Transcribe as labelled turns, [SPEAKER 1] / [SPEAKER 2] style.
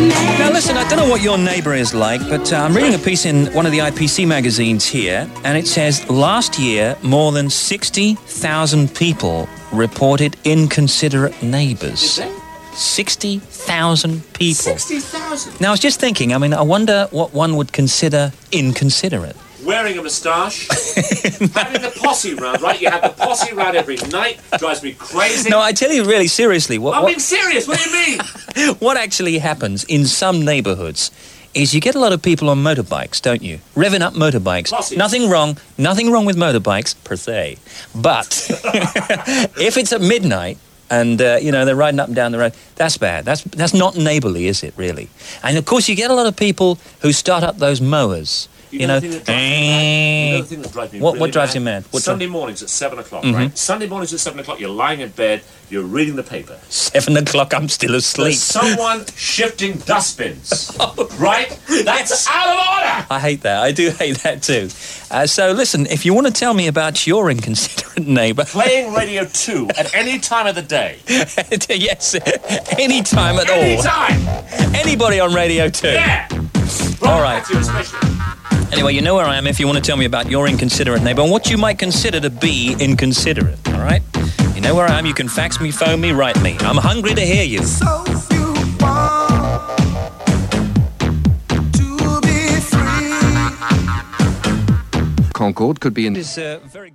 [SPEAKER 1] Listen, I don't know what your neighbour is like, but uh, I'm reading a piece in one of the IPC magazines here, and it says last year more than 60,000 people reported inconsiderate neighbours. 60,000 people.
[SPEAKER 2] 60,000.
[SPEAKER 1] Now, I was just thinking, I mean, I wonder what one would consider inconsiderate.
[SPEAKER 2] Wearing a moustache, having the posse round, right? You have the posse round every night, drives me crazy.
[SPEAKER 1] No, I tell you really seriously, what,
[SPEAKER 2] I'm being
[SPEAKER 1] what,
[SPEAKER 2] serious, what do you mean?
[SPEAKER 1] what actually happens in some neighbourhoods is you get a lot of people on motorbikes, don't you? Revving up motorbikes.
[SPEAKER 2] Posses.
[SPEAKER 1] Nothing wrong, nothing wrong with motorbikes per se. But if it's at midnight, and uh, you know they're riding up and down the road. That's bad. That's that's not neighbourly, is it? Really? And of course, you get a lot of people who start up those mowers. You, know,
[SPEAKER 2] the thing that drives me mad? You know the thing that drives me
[SPEAKER 1] What-
[SPEAKER 2] really
[SPEAKER 1] what drives you mad? What Mm-hmm.
[SPEAKER 2] Sunday mornings at seven o'clock, right? Sunday mornings at seven o'clock, you're lying in bed, you're reading the paper.
[SPEAKER 1] seven o'clock. I'm still asleep.
[SPEAKER 2] There's someone shifting dustbins, right? That's out of order.
[SPEAKER 1] I hate that. I do hate that too. Uh, so, listen, if you want to tell me about your inconsiderate neighbour,
[SPEAKER 2] Playing Radio Two at any time of the day,
[SPEAKER 1] yes, any time at
[SPEAKER 2] any
[SPEAKER 1] all,
[SPEAKER 2] time.
[SPEAKER 1] anybody on Radio 2.
[SPEAKER 2] Yeah.
[SPEAKER 1] All right.
[SPEAKER 2] That's your special.
[SPEAKER 1] Anyway, you know where I am if you want to tell me about your inconsiderate neighbour and what you might consider to be inconsiderate, all right? You know where I am. You can fax me, phone me, write me. I'm hungry to hear you.
[SPEAKER 3] So few want to be free.
[SPEAKER 4] Concorde could be in
[SPEAKER 1] It is uh, very